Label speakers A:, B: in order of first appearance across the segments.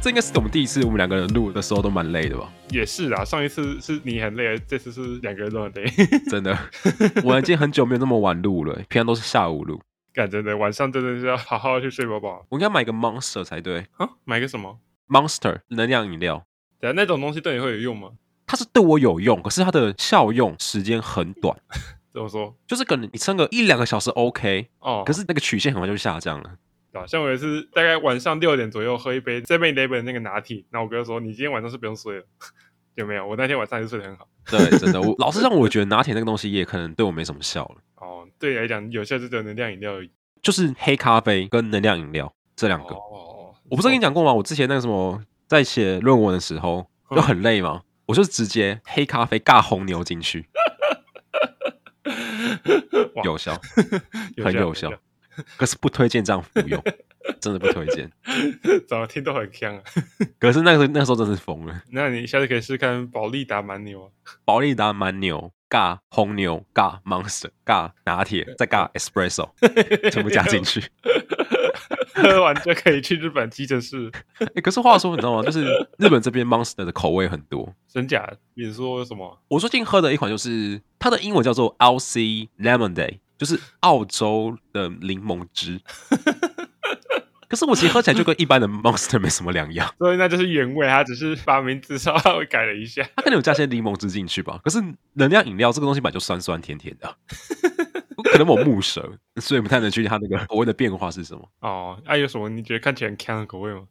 A: 这应该是我们第一次我们两个人录的时候都蛮累的吧？
B: 也是啦，上一次是你很累，这次是两个人都很累。
A: 真的，我已经很久没有那么晚录了， 平常都是下午录。
B: 干真的，晚上真的是要好好去睡饱饱
A: 我应该买个 Monster 才对
B: 啊！买个什么？
A: ，Monster 能量饮料，
B: 等下那种东西对你会有用吗？
A: 它是对我有用，可是它的效用时间很短，
B: 怎么说？
A: 就是可能你撑个一两个小时 OK，
B: 哦，
A: 可是那个曲线很快就下降了。
B: 啊，像我也是大概晚上六点左右喝一杯 Seven Eleven 那个拿铁，然后我哥说你今天晚上是不用睡了， 有没有？我那天晚上就睡得很好。
A: 对，真的，我老实让我觉得拿铁那个东西也可能对我没什么效了，
B: 哦，对你来讲有效就只有能量饮料而已。
A: 就是黑咖啡跟能量饮料这两个。
B: 哦，
A: 我不是跟你讲过吗？我之前那个什么，在写论文的时候
B: 嗯
A: 就很累嘛，我就直接黑咖啡尬红牛进去，
B: 哇
A: 有效，
B: 有
A: 很
B: 效
A: 有效。可是不推荐这样服用， 真的不推荐。
B: 效 怎么听都很香啊。
A: 可是那个时候那个时候真是疯了，
B: 那你下次可以试看保利达蛮牛啊，
A: 保利达蛮牛尬红牛尬 Monster 尬拿铁再尬 Espresso，全部加进去。
B: 喝完就可以去日本急诊室。
A: 欸可是话说，你知道吗？就是日本这边 Monster 的口味很多，
B: 真假？你说什么？
A: 我最近喝的一款就是它的英文叫做 LC Lemonade，就是澳洲的柠檬汁。可是我其实喝起来就跟一般的 Monster 没什么两样，
B: 所以那就是原味，它只是把名字稍微改了一下。
A: 它可能有加些柠檬汁进去吧。可是能量饮料这个东西本来就酸酸甜甜的啊，可能我木舌，所以不太能确定它那个口味的变化是什么。
B: 哦，那、有什么你觉得看起来很香的口味吗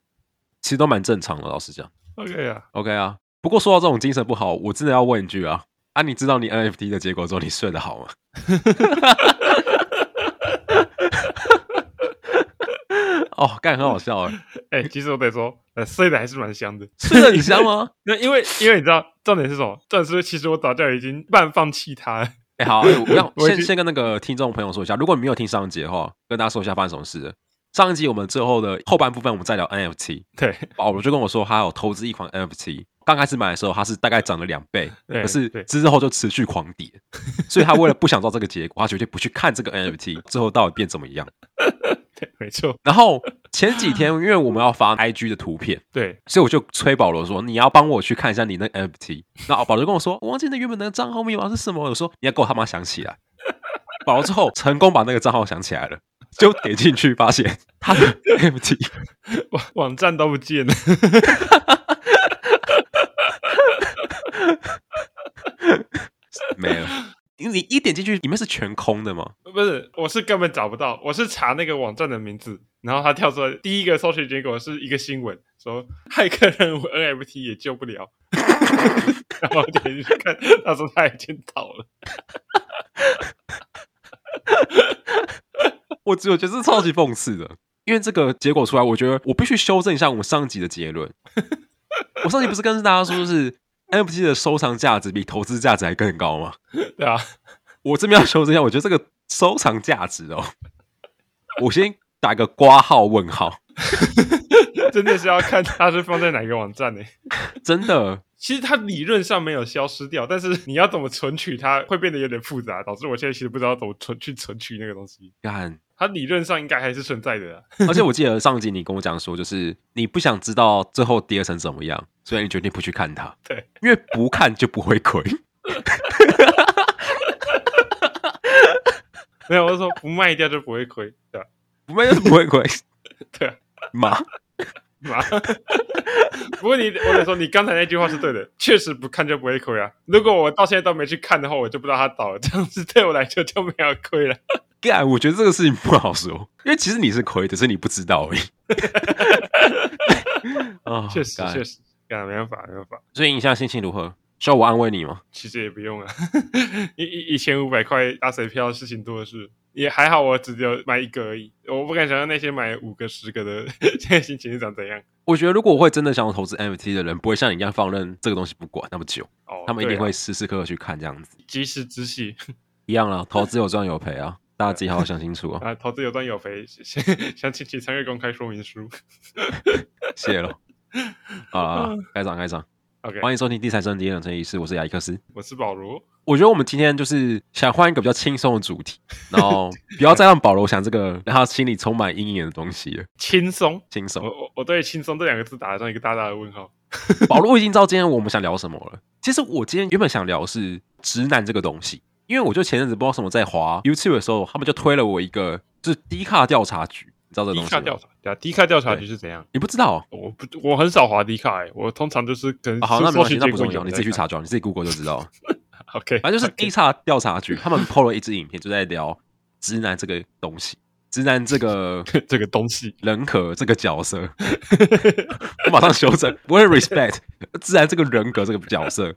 A: 其实都蛮正常的，老实讲。
B: ？OK 啊，
A: OK 啊，不过说到这种精神不好，我真的要问一句啊，啊，你知道你 NFT 的结果之后，你睡得好吗？ 哦，干很好笑哎，
B: 哎、其实我得说，呃，睡的还是蛮香的。
A: 睡得很香 吗？
B: 那因为因为你知道重点是什么？重点是其实我早就已经半放弃它了。
A: 哎、好，哎我要
B: 我已
A: 先
B: 经
A: 先跟那个听众朋友说一下，如果你没有听上一集的话，跟大家说一下发生什么事了。上一集我们最后的后半部分，我们再聊 NFT。
B: 对，
A: 保罗就哦跟我说，他有投资一款 NFT，刚开始买的时候，它是大概涨了两倍，
B: 对
A: 可是
B: 对
A: 之后就持续狂跌，所以他为了不想知道这个结果，他绝对不去看这个 NFT 最后到底变怎么样。
B: 对，没错，
A: 然后前几天，因为我们要发 IG 的图片，
B: 对，
A: 所以我就催保罗说：“你要帮我去看一下你那个 NFT。”那保罗就跟我说：“我忘记那原本那个账号密码是什么。”我说：“你要给我他妈想起来。”保罗之后成功把那个账号想起来了，就点进去发现他的 NFT
B: 网网站都不见了。
A: 没了。你你一点进去，里面是全空的吗？
B: 不是，我是根本找不到，我是查那个网站的名字，然后它跳出来第一个搜寻结果是一个新闻，说骇客任务 NFT 也救不了， 然后我点进去看，他说他已经倒了，
A: 我只有觉得是超级讽刺的，因为这个结果出来，我觉得我必须修正一下我们上集的结 论。我上集不是跟大家说，就是 NFT 的收藏价值比投资价值还更高吗？
B: 对啊，
A: 我这边要修正一下，我觉得这个收藏价值哦，我先打个挂号问号，
B: 真的是要看它是放在哪个网站呢、
A: 真的，
B: 其实它理论上没有消失掉，但是你要怎么存取它，会变得有点复杂，导致我现在其实不知道怎么存去存取那个东西。
A: 干。
B: 它理论上应该还是存在的啊、
A: 而且我记得上集你跟我讲说，就是你不想知道最后跌成怎么样，所以你决定不去看它。
B: 对，
A: 因为不看就不会亏。
B: 没有，我是说不卖掉就不会亏，对啊吧、
A: 不卖就是不会亏。
B: 对啊，
A: 妈，
B: 嘛？ 不过你，我得说，你刚才那句话是 对的，确实不看就不会亏啊。如果我到现在都没去看的话，我就不知道它倒了，这样子对我来说就没有亏
A: 哦
B: 了。
A: 干，我觉得这个事情不好说，因为其实你是亏的，只是你不知道 而已。啊
B: 确实，确
A: 实。
B: 实，啊，没办法，没办法，
A: 所以你现在心情如何？需要我安慰你吗？
B: 其实也不用啊， 一一一千五百块打水漂，事情多的是。也还好，我只有买一个而已，我不敢想象那些买五个、十个的 现在心情是长怎样。
A: 我觉得如果我会真的想要投资 NFT 的人，不会像你一样放任这个东西不管那么久，
B: 哦，
A: 他们一定
B: 对啊
A: 会时时刻刻去看这样子。
B: 及时 止血
A: 一样啦，投资有赚有赔啊，大家自己好好想清楚哦。
B: 啊！投资有赚有赔，详详情请参阅公开说明书。嗯
A: 谢了。好啦好啦，该涨该涨。
B: OK，
A: 欢迎收听第三声第二层仪式，我是亚历克斯。
B: 我是保罗。
A: 我觉得我们今天就是想换一个比较轻松的主题，然后不要再让保罗想这个让他心里充满阴影的东西了。
B: 轻松，
A: 轻
B: 我
A: 松，
B: 我我对“轻松”这两个字打上一个大大的问号。
A: 保罗已经知道今天我们想聊什么了。其实我今天原本想聊是直男这个东西，因为我就前阵子不知道什么在滑 YouTube 的时候，他们就推了我一个就是低卡调查局，你知道这个
B: 低
A: 东西
B: 卡调
A: 吗？
B: 查，对啊，低卡调查
A: 对
B: 局是怎样？
A: 你不知道哦、
B: 我不，我很少滑低卡、欸，我通常就是跟
A: 啊好，那没
B: 搜
A: 关系，
B: 寻
A: 那
B: 结
A: 不
B: 果
A: 重
B: 有哎
A: 要，
B: 人
A: 你自己去
B: 在看。
A: 查就好，你自己 Google 就知道了。
B: OK，
A: 反正就是
B: OK，
A: 低差调查局，他们 PO 了一支影片，就在聊直男这个东西，直男这个
B: 这个东西。
A: 人格这个角色， 我马上修正，我很 respect 自然这个人格这个角色，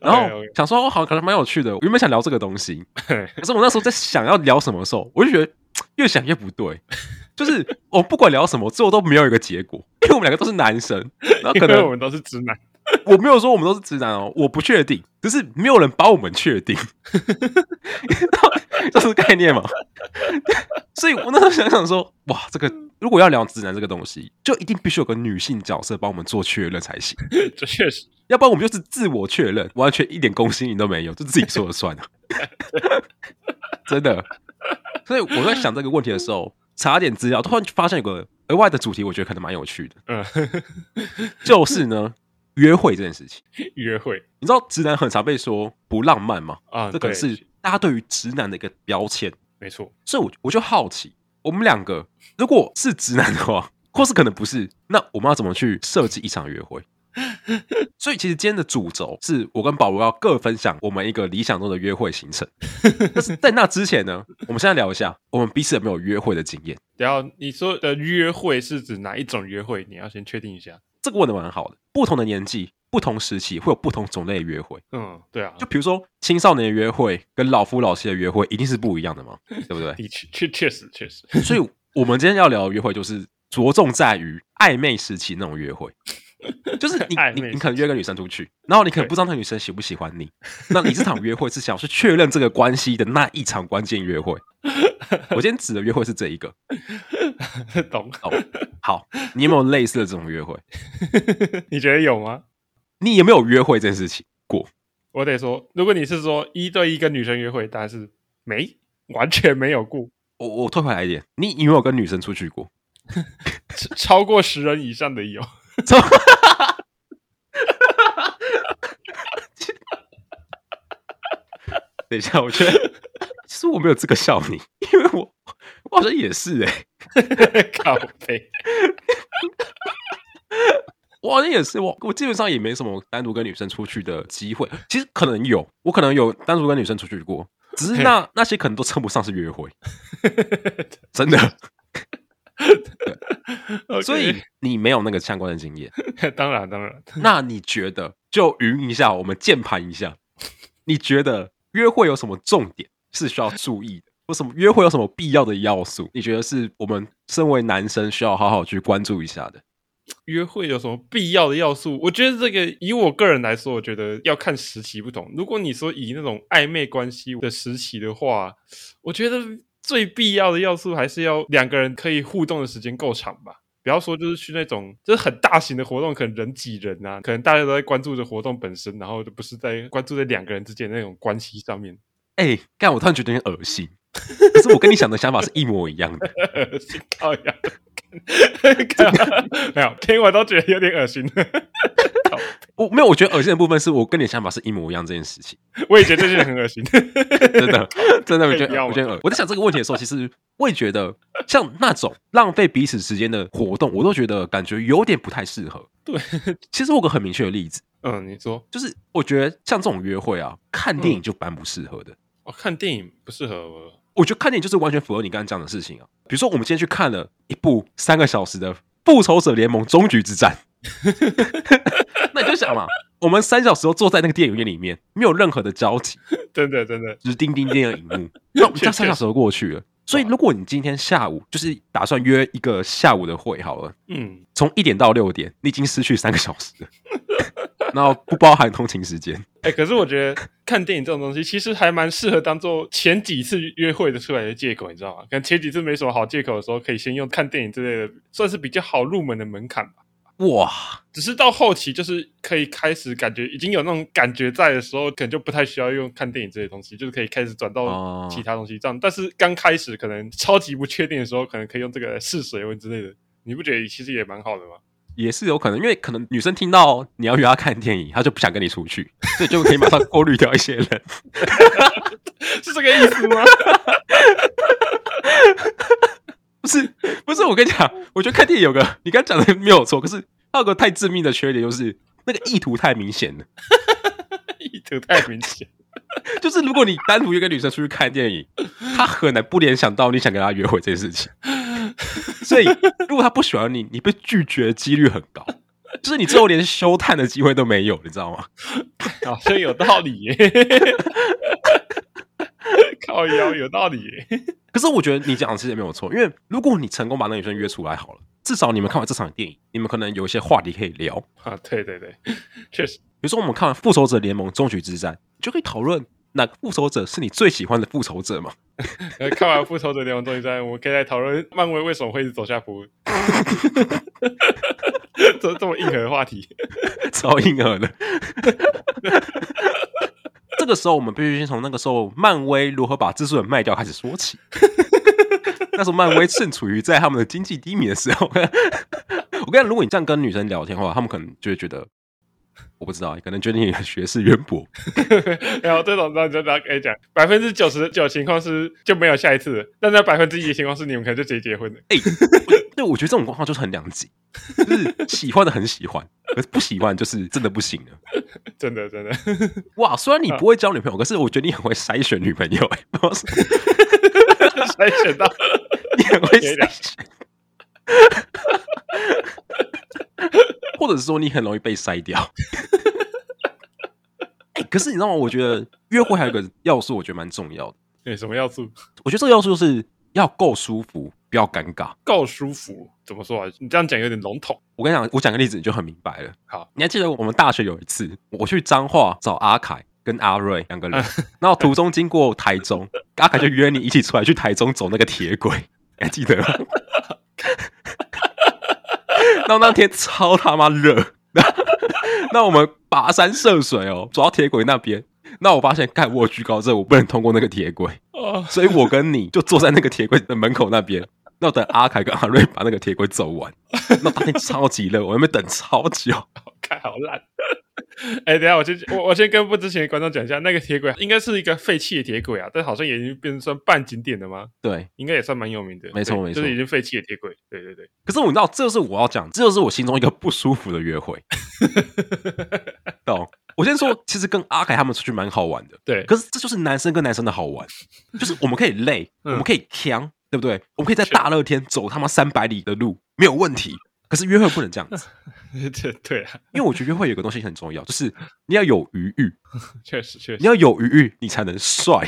A: 然后
B: OK，OK
A: 想说，哦，好，可能蛮有趣的。我原本想聊这个东西，可是我那时候在想要聊什么的时候，我就觉得越想越不对，就是我不管聊什么，最后都没有一个结果，因为我们两个都是男生，然后啊可
B: 因为
A: 能
B: 我们都是直男，
A: 我没有说我们都是直男哦，我不确定，只是没有人把我们确定， 这是概念嘛？所以我那时候想想说，哇，这个如果要聊直男这个东西，就一定必须有个女性角色帮我们做确认才行，
B: 这确实
A: 要不然我们就是自我确认，完全一点公信力都没有，就自己说了算了， 真的。所以我在想这个问题的时候，查点资料，突然发现有个额外的主题，我觉得可能蛮有趣的，
B: 嗯，
A: 就是呢，约会这件事情。
B: 约会
A: 你知道直男很常被说不浪漫吗？
B: 啊，
A: 这可能
B: 对
A: 是大家对于直男的一个标签。
B: 没错，
A: 所以我我就好奇，我们两个如果是直男的话， 或是可能不是，那我们要怎么去设计一场约会？所以其实今天的主轴是我跟保罗要各分享我们一个理想中的约会行程。但是在那之前呢，我们现在聊一下我们彼此有没有约会的经验。
B: 然后你说的约会是指哪一种约会？你要先确定一下。
A: 这个问的蛮好的，不同的年纪、不同时期会有不同种类的约会。
B: 嗯，对啊，
A: 就比如说青少年的约会跟老夫老妻的约会一定是不一样的嘛，对不对？
B: 的确确确实确实，
A: 所以我们今天要聊的约会，就是着重在于暧昧时期那种约 会，就是你
B: 暧
A: 你
B: 昧时期
A: 你可能约个女生出去，然后你可能不知道那女生喜不喜欢你，那你这场约会是想要去确认这个关系的那一场关键约会。 我今天指的约会是这一个
B: 懂？
A: 哦。好，你有没有类似的这种约会？
B: 你觉得有吗？
A: 你有没有约会这件事情过？
B: 我得说，如果你是说一对一跟女生约会，但是没完全没有过，
A: 我我退回来一点，你你有没有跟女生出去过？
B: 超 超过十人以上的有，
A: 等一下，我觉 得其实我没有资格笑你，因为我我好像也是哎、
B: 靠背。
A: 我好像也是我我基本上也没什么单独跟女生出去的机会。其实可能有，我可能有单独跟女生出去过，只是那那些可能都称不上是约会，真的。
B: OK
A: 所以你没有那个相关的经验，
B: 当然当然，
A: 那你觉得就云一下，我们键盘一下，你觉得约会有什么重点是需要注意的？或什么约会有什么必要的要素？你觉得是我们身为男生需要好好去关注一下的？
B: 约会有什么必要的要素？我觉得这个以我个人来说，我觉得要看时期不同。如果你说以那种暧昧关系的时期的话，我觉得最必要的要素还是要两个人可以互动的时间够长吧。不要说就是去那种就是很大型的活动，可能人挤人啊，可能大家都在关注着活动本身，然后就不是在关注在两个人之间的那种关系上面。
A: 哎、干！我突然觉得有点恶心。 可是我跟你想的想法是一模一样的。
B: 心靠 呀，没有听我都觉得有点恶心。
A: 我没有，我觉得恶心的部分是我跟你想法是一模一样这件事情，
B: 我也觉得这些人很恶心。
A: 真 的，真的，我觉
B: 可以不
A: 得
B: 要
A: 我觉得恶我在想这个问题的时候，其实我也觉得像那种浪费彼此时间的活动，我都觉得感觉有点不太适合。
B: 对，
A: 其实我有个很明确的例子，
B: 嗯，你说
A: 就是我觉得像这种约会啊，看电
B: 嗯
A: 影就蛮不适合的。
B: 哦，看电影不适合我。
A: 我觉得看电影就是完全符合你刚刚讲的事情啊。比如说，我们今天去看了一部三个小时的《复仇者联盟：终局之战》， 那你就想嘛，我们三小时都坐在那个电影院里面，没有任何的交集，
B: 真的真的，
A: 只是叮叮叮的荧幕，那我们这样三小时都过去了。所以，如果你今天下午就是打算约一个下午的会好了，
B: 嗯，
A: 从一点到六点，你已经失去三个小时了，然后不包含通勤时间。
B: 哎、可是我觉得看电影这种东西，其实还蛮适合当做前几次约会的出来的借口，你知道吗？可能前几次没什么好借口的时候，可以先用看电影之类的，算是比较好入门的门槛吧。
A: 哇，
B: 只是到后期就是可以开始感觉已经有那种感觉在的时候，可能就不太需要用看电影这些东西，就是可以开始转到
A: 哦
B: 其他东西这样。但是刚开始可能超级不确定的时候，可能可以用这个来试水温之类的，你不觉得其实也蛮好的吗？
A: 也是有可能，因为可能女生听到你要约她看电影，她就不想跟你出去，所以就可以马上过滤掉一些人。
B: 是这个意思吗？
A: 不是不是，我跟你讲，我觉得看电影有个你刚刚讲的没有错，可是它有个太致命的缺点，就是那个意图太明显了。
B: 意图太明显。
A: 就是如果你单独约个女生出去看电影，她很难不联想到你想跟她约会这件事情。所以如果她不喜欢你，你被拒绝的几率很高，就是你最后连休探的机会都没有，你知道吗？
B: 好像有道理耶，靠腰有道理耶。
A: 可是我觉得你讲的其实也没有错，因为如果你成功把那女生约出来好了，至少你们看完这场电影，你们可能有一些话题可以聊。
B: 啊，对对对，确实，
A: 比如说我们看完《复仇者联盟：终局之战》，你就可以讨论哪个复仇者是你最喜欢的复仇者嘛？
B: 呃看完《复仇者联盟：终于战》，我们可以来讨论漫威为什么会一直走下坡。这这么硬核的话题，
A: 超硬核的。这个时候，我们必须先从那个时候漫威如何把蜘蛛人卖掉开始说起。 那时候漫威正处于在他们的经济低迷的时候。我 跟你讲，如果你这样跟女生聊天的话，他们可能就会觉得，我不知道，可能觉得你的学识渊博。
B: 然后这种让就大家可以讲，百分之九十九情况是就没有下一次了，但那百分之一的情况是你们可能就直接结婚了。
A: 哎、我对，我觉得这种状况就是很两极，就是喜欢的很喜欢，可是不喜欢就是真的不行了。
B: 真的真的，
A: 哇，虽然你不会交女朋友，可是我觉得你很会筛选女朋友、欸，不知道是
B: 筛选到
A: 你很会筛选，或者是说你很容易被筛掉。 欸可是你知道吗？我觉得约会还有一个要素，我觉得蛮重要的。
B: 有什么要素？
A: 我觉得这个要素就是要够舒服，不要尴尬。
B: 够舒服，怎么说啊？你这样讲有点笼统。
A: 我跟你讲，我讲个例子你就很明白了。
B: 好，
A: 你还记得我们大学有一次，我去彰化找阿凯跟阿瑞两个人，然后途中经过台中，阿凯就约你一起出来去台中走那个铁轨，你还记得吗？ 然后那天超他妈热，那我们跋山涉水哦，走到铁轨那边。那我发现，干我有居高症，我不能通过那个铁轨，
B: 哦，
A: 所以我跟你就坐在那个铁轨的门口那边，那我等阿凯跟阿瑞把那个铁轨走完。那当天超级热，我在那边等超久。
B: 看好烂。哎、等一下，我先我我先跟不知情的观众讲一下，那个铁轨应该是一个废弃的铁轨啊，但好像也已经变成算半景点了吗？
A: 对，
B: 应该也算蛮有名的，
A: 没错
B: 对
A: 没错
B: 就是已经废弃的铁轨。对对对，
A: 可是我知道，这就是我要讲，这就是我心中一个不舒服的约会，懂？我先说，其实跟阿凯他们出去蛮好玩的，
B: 对，
A: 可是这就是男生跟男生的好玩，就是我们可以累，
B: 嗯
A: 我们可以强，对不对？我们可以在大热天走他妈三百里的路没有问题。可是约会不能这样子，
B: 对对啊，
A: 因为我觉得约会有个东西很重要，就是你要有余裕，
B: 确实确
A: 你
B: 实，
A: 要有余裕，你才能帅。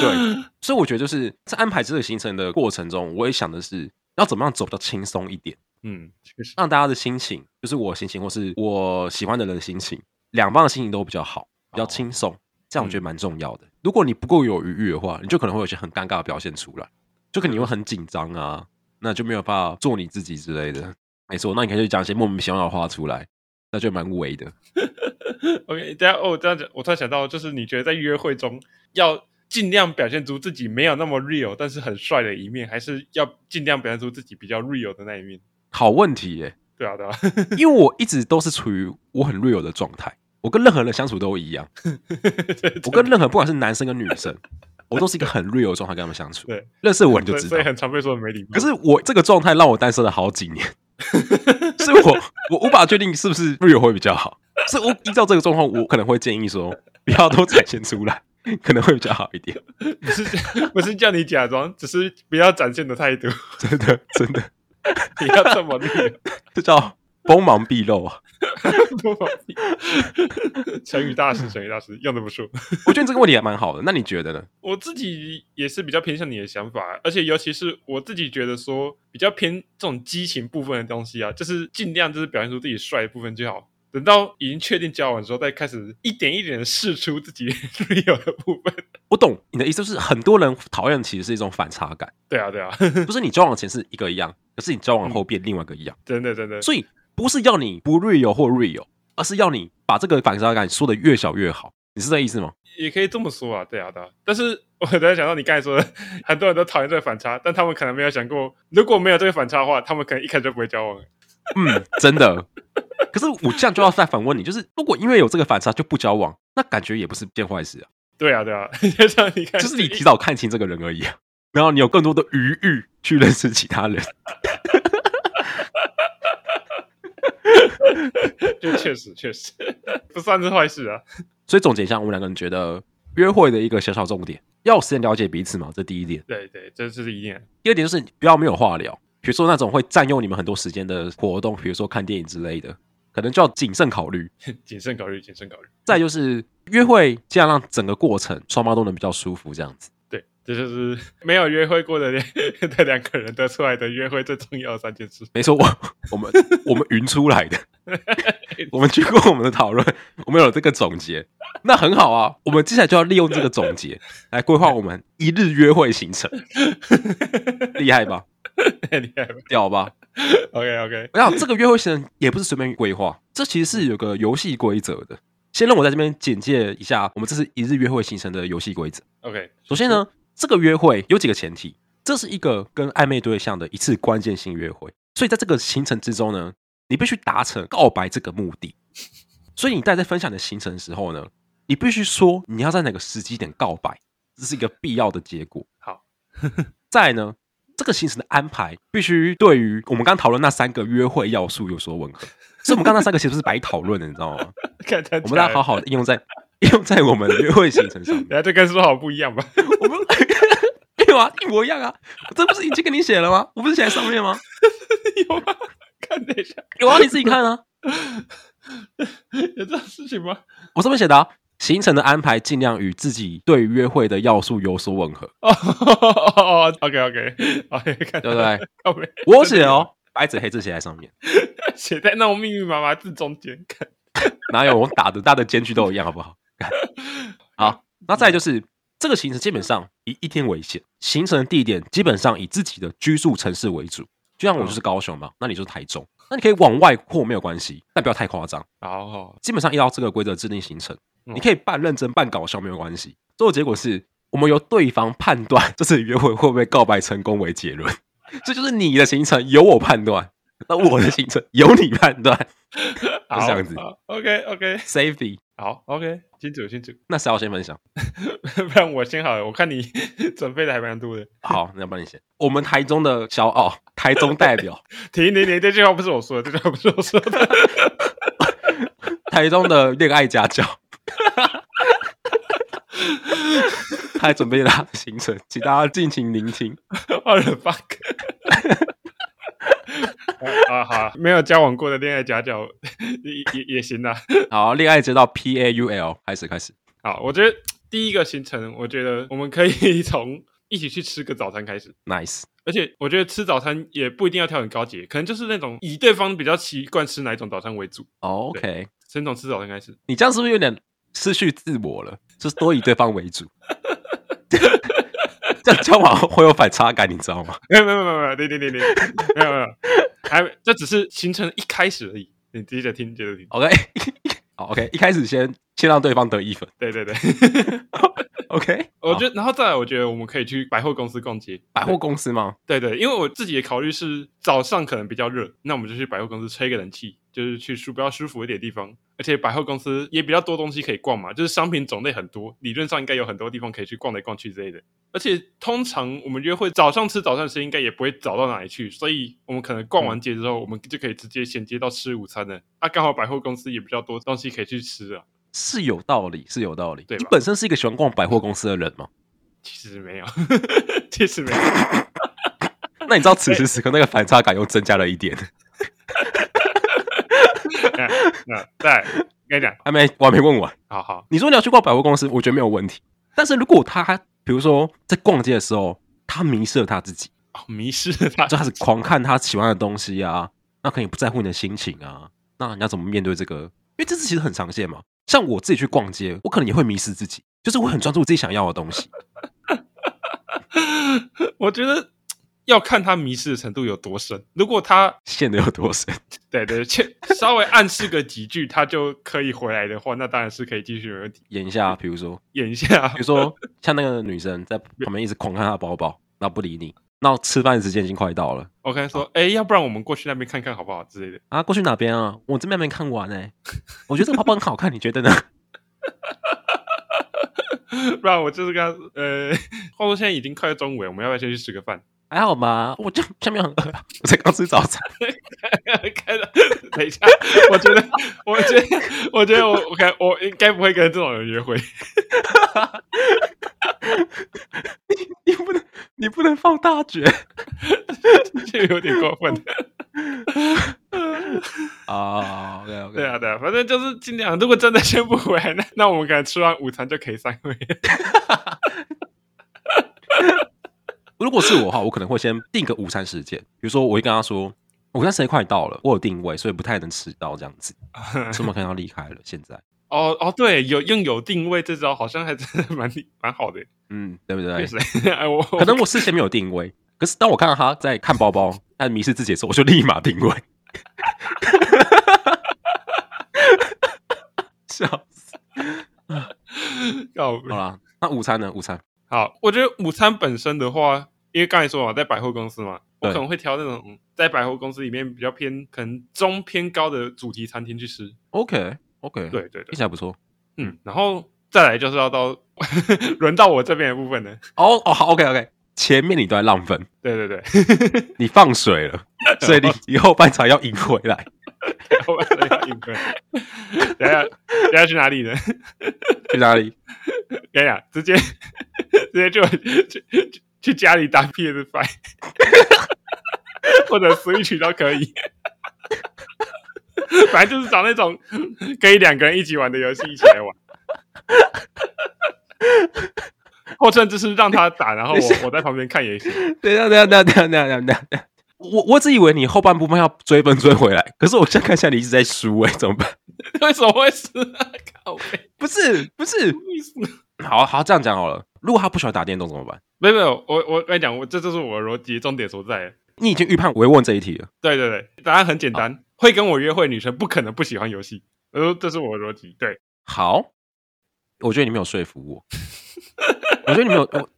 A: 对，所以我觉得就是在安排这个行程的过程中，我也想的是要怎么样走比较轻松一点，
B: 嗯，确实，
A: 让大家的心情，就是我的心情或是我喜欢的人的心情，两方的心情都比较好，比较轻松，这样我觉得蛮重要的。如果你不够有余裕的话，你就可能会有一些很尴尬的表现出来，就可能你会很紧张啊，那就没有办法做你自己之类的。没错，那你可以就讲一些莫名其妙的话出来，那就蛮伪的。
B: OK，等一下哦，我这样讲，我突然想到，就是你觉得在约会中要尽量表现出自己没有那么 real，但是很帅的一面，还是要尽量表现出自己比较 real 的那一面？
A: 好问题耶、
B: 对啊，对啊，
A: 因为我一直都是处于我很 real 的状态，我跟任何人相处都一 样，我跟任何不管是男生跟女生，我都是一个很 real 的状态跟他们相处
B: 对。
A: 认识我你就
B: 所以
A: 知道
B: 所以。很常被说没礼貌。
A: 可是我这个状态让我单身了好几年，所以我我无法确定是不是 real 会比较好。所以我依照这个状况，我可能会建议说，不要都展现出来，可能会比较好一点。
B: 不是不是叫你假装，只是不要展现的态度，
A: 真的真的，
B: 不要这么厉害，
A: 这叫锋芒毕露啊！
B: 不好意思 成语大师，成语大师用的不错。
A: 我觉得这个问题还蛮好的，那你觉得呢？
B: 我自己也是比较偏向你的想法，而且尤其是我自己觉得说比较偏这种激情部分的东西啊，就是尽量就是表现出自己帅的部分就好。等 到已经确定交往之后，再开始一点一点的试出自己 real 的部分。
A: 我懂你的意思，就是很多人讨厌其实是一种反差感，
B: 对啊，对啊，
A: 不是你交往前是一个一样，可是你交往后变另外一个一样。
B: 真的真的，
A: 所以不是要你不 real 或 real，而是要你把这个反差感缩的越小越好。你是这意思吗？
B: 也可以这么说啊，对啊，对啊。但是我突然想到你刚才说的， 很多人都讨厌这个反差，但他们可能没有想过，如果没有这个反差的话，他们可能一开始就不会交往了。
A: 嗯，真的。可是我这样就要再反问你，就是如果因为有这个反差就不交往，那感觉也不是件坏事啊，
B: 对啊，对啊， 就像你看，
A: 就是你提早看清这个人而已啊。然后你有更多的余欲去认识其他人，
B: 就确实确实 不算是坏事啊。
A: 所以总结一下，我们两个人觉得约会的一个小小重点，要有时间了解彼此嘛，这第一点。
B: 对对，这这是一定的。
A: 第二点就是不要没有话聊，比如说那种会占用你们很多时间的活动，比如说看电影之类的，可能就要谨慎考虑。
B: 谨慎考虑，谨慎考虑。
A: 再就是约会，尽量让整个过程双方都能比较舒服，这样子。
B: 对，这就是 没有约会过的两 的两个人得出来的约会最重要的三件事。
A: 没错，我我们我们云出来的，我们经过我们的讨论，我们有这个总结，那很好啊。我们接下来就要利用这个总结来规划我们一日约会行程，厉害吧？
B: 厉害吧
A: 屌吧？
B: ？OK OK，
A: 我想这个约会行程也不是随便规划，这其实是有个游戏规则的。先让我在这边简介一下我们这次一日约会行程的游戏规则。
B: OK，
A: 首先呢，这个约会有几个前提，这是一个跟暧昧对象的一次关键性约会，所以在这个行程之中呢，你必须达成告白这个目的。所以你在在分享你的行程的时候呢，你必须说你要在哪个时机点告白，这是一个必要的结果。
B: 好，
A: 再来呢，这个行程的安排必须对于我们刚讨论那三个约会要素有所吻合，所以我们刚刚那三个其实是白讨论的，你知道吗？
B: 看他
A: 我们大家好好地应用在应用在我们的约会行程上面。
B: 等下这跟说好不一样吧？
A: 我们 没有啊，一模一样啊，这不是已经给你写了吗？我不是写在上面 吗？
B: 有吗？看等一下，
A: 有啊，你自己看啊，
B: 有这种事情吗？
A: 我上面写的、啊。行程的安排尽量与自己对于约会的要素有所吻合，
B: 哦哦，OK OK OK，看
A: 对不 对？
B: 靠北
A: 我有写哦，白纸黑字写在上面，
B: 写在那种密密麻麻字中间，看
A: 哪有我打的大的间距都一样，好不好？ 好，那再来就是这个行程基本上以一天为限，行程的地点基本上以自己的居住城市为主。就像我就是高雄嘛，那你就是台中，那你可以往外扩没有关系，但不要太夸张。
B: 好好
A: 基本上依照这个规则制定行程，
B: 嗯
A: 你可以半认真半搞笑没有关系。最后结果是我们由对方判断 这次约会会不会告白成功为结论，这就是你的行程由我判断，那我的行程由你判断
B: 好
A: 这样子
B: ，OK OK，
A: ，safety。
B: 好 OK，清楚清楚，
A: 那谁要先分享？
B: 不然我先好了，我看你 准备的还蛮多的。
A: 好，那帮你先。我们台中的骄傲， 台中代表，
B: 停停停，这句话不是我说的，这句话不是我说的，
A: 台中的恋爱家教， 他还准备了他的行程，请大家尽情聆听。
B: 我的 fuck。啊啊好，没有交往过的恋爱家教 也也也行啦。
A: 好，恋爱街道 P A U L 开始开始。
B: 好，我觉得第一个行程，我觉得我们可以从一起去吃个早餐开始。
A: Nice，
B: 而且我觉得吃早餐也不一定要挑很高级，可能就是那种以对方比较习惯吃哪一种早餐为主，
A: 哦 OK，
B: 先从吃早餐开始。
A: 你这样是不是有点失去自我了？就是多以对方为主， 这样交往会有反差感，你知道吗？
B: 没有没有没有没有，对对对对，没有没有，还没这只是行程一开始而已。你接着听，接着听，
A: OK，好 OK，一开始先先让对方得一分
B: 对对对，
A: ，OK？
B: 我
A: 得
B: 觉得，然后再来，我觉得我们可以去百货公司逛街。
A: 百货公司吗？
B: 对对，因为我自己也考虑是早上可能比较热，那我们就去百货公司吹个冷气，就是去舒比较舒服一点的地方。而且百货公司也比较多东西可以逛嘛，就是商品种类很多，理论上应该有很多地方可以去逛来逛去之类的。而且通常我们约会早上吃早餐时应该也不会早到哪里去，所以我们可能逛完街之后，我们就可以直接衔接到吃午餐了。啊，刚好百货公司也比较多东西可以去吃啊。
A: 是有道理，是有道理。
B: 对吧
A: 你本身是一个喜欢逛百货公司的人吗？
B: 其实没有， 其实没有。
A: 那你知道此时此刻那个反差感又增加了一点，
B: 那那再来跟你讲，
A: 还没我还没问完。
B: 好好，
A: 你说你要去逛百货公司，我觉得没有问题。但是如果他比如说在逛街的时候，他迷失了他自己，
B: 哦、迷失了他
A: 就开始狂看他喜欢的东西啊，那可以不在乎你的心情啊，那你要怎么面对这个？因为这次其实很常见嘛。像我自己去逛街，我可能也会迷失自己，就是我很专注自己想要的东西。
B: 我觉得要看他迷失的程度有多深。如果他
A: 陷得有多深？
B: 对对，切稍微暗示个几句，他就可以回来的话，那当然是可以继续没问题。
A: 演一下，比如说，
B: 演一下
A: 比，如说像那个女生在旁边一直狂看她的包包，然后不理你，然后吃饭时间已经快到了
B: 我跟他说，哎、要不然我们过去那边看看好不好之类的。
A: 啊，过去哪边啊？我这边还没看完呢、我觉得这个包包很好看，你觉得呢？
B: 不然我就是跟他说，呃，话说现在已经快要中午了，我们要不要先去吃个饭？
A: 还好吗？我就下面很饿， 我才刚吃早餐。
B: 看到，等一下，我觉得，我觉得，我觉得我我该我应该不会跟这种人约会。
A: 你不能，你不能放大绝
B: 这有点过分。
A: 啊！OK OK，
B: 对啊，对啊，反正就是尽量。如果真的先不回来，那那我们可能吃完午餐就可以散会。
A: 如果是我的话，我可能会先定个午餐时间，比如说我会跟他说，午餐时间快到了，我有定位，所以不太能迟到这样子，所以我们可能要离开了。现在，
B: 哦哦，对，有用有定位这招，好像还真的蛮 蛮好的。
A: 嗯，对不
B: 确
A: 对？
B: 实， 哎我
A: 可能我事先没有定位，可是当我看到他在看包包，他迷失自己的时候，我就立马定位。 笑死！
B: 要
A: 好啦，那午餐呢？午餐
B: 好，我觉得午餐本身的话，因为刚才说嘛，在百货公司嘛，我
A: 对
B: 可能会挑那种嗯在百货公司里面比较偏可能中偏高的主题餐厅去吃。
A: 嗯 OK OK，，
B: 对对
A: 听
B: 对，
A: 起来不错。
B: 嗯，然后再来就是要到 轮到我这边的部分了。
A: 哦哦，好 OK OK，前面你都在浪费，
B: 对对对，
A: 你放水了，所以你以后半场要赢回来。
B: 我要要赢回来。等一下等一下去哪里呢？
A: 去哪里？
B: 等一下直接直接就去去去家里打 PS Five，或者 Switch 都可以。反正就是找那种可以两个人一起玩的游戏一起来玩，或甚至是让他打，然后我我在旁边看也行。
A: 等一下，等一下，等一下，等一下，等一下，等一下。啊我我只以为你后半部分要追分追回来，可是我现在看起来你一直在输哎、怎么办？
B: 为什么会是啊？靠背，
A: 不是不是，
B: 意思
A: 好啊好这样讲好了。如果他不喜欢打电动怎么办？
B: 没有没有，我我跟你讲，我这就是我的逻辑重点所在。
A: 你已经预判我会问这一题了。
B: 对对对，答案很简单，会跟我约会的女生不可能不喜欢游戏。呃，这是我的逻辑。对，
A: 好，我觉得你没有说服我。我觉得你没有，我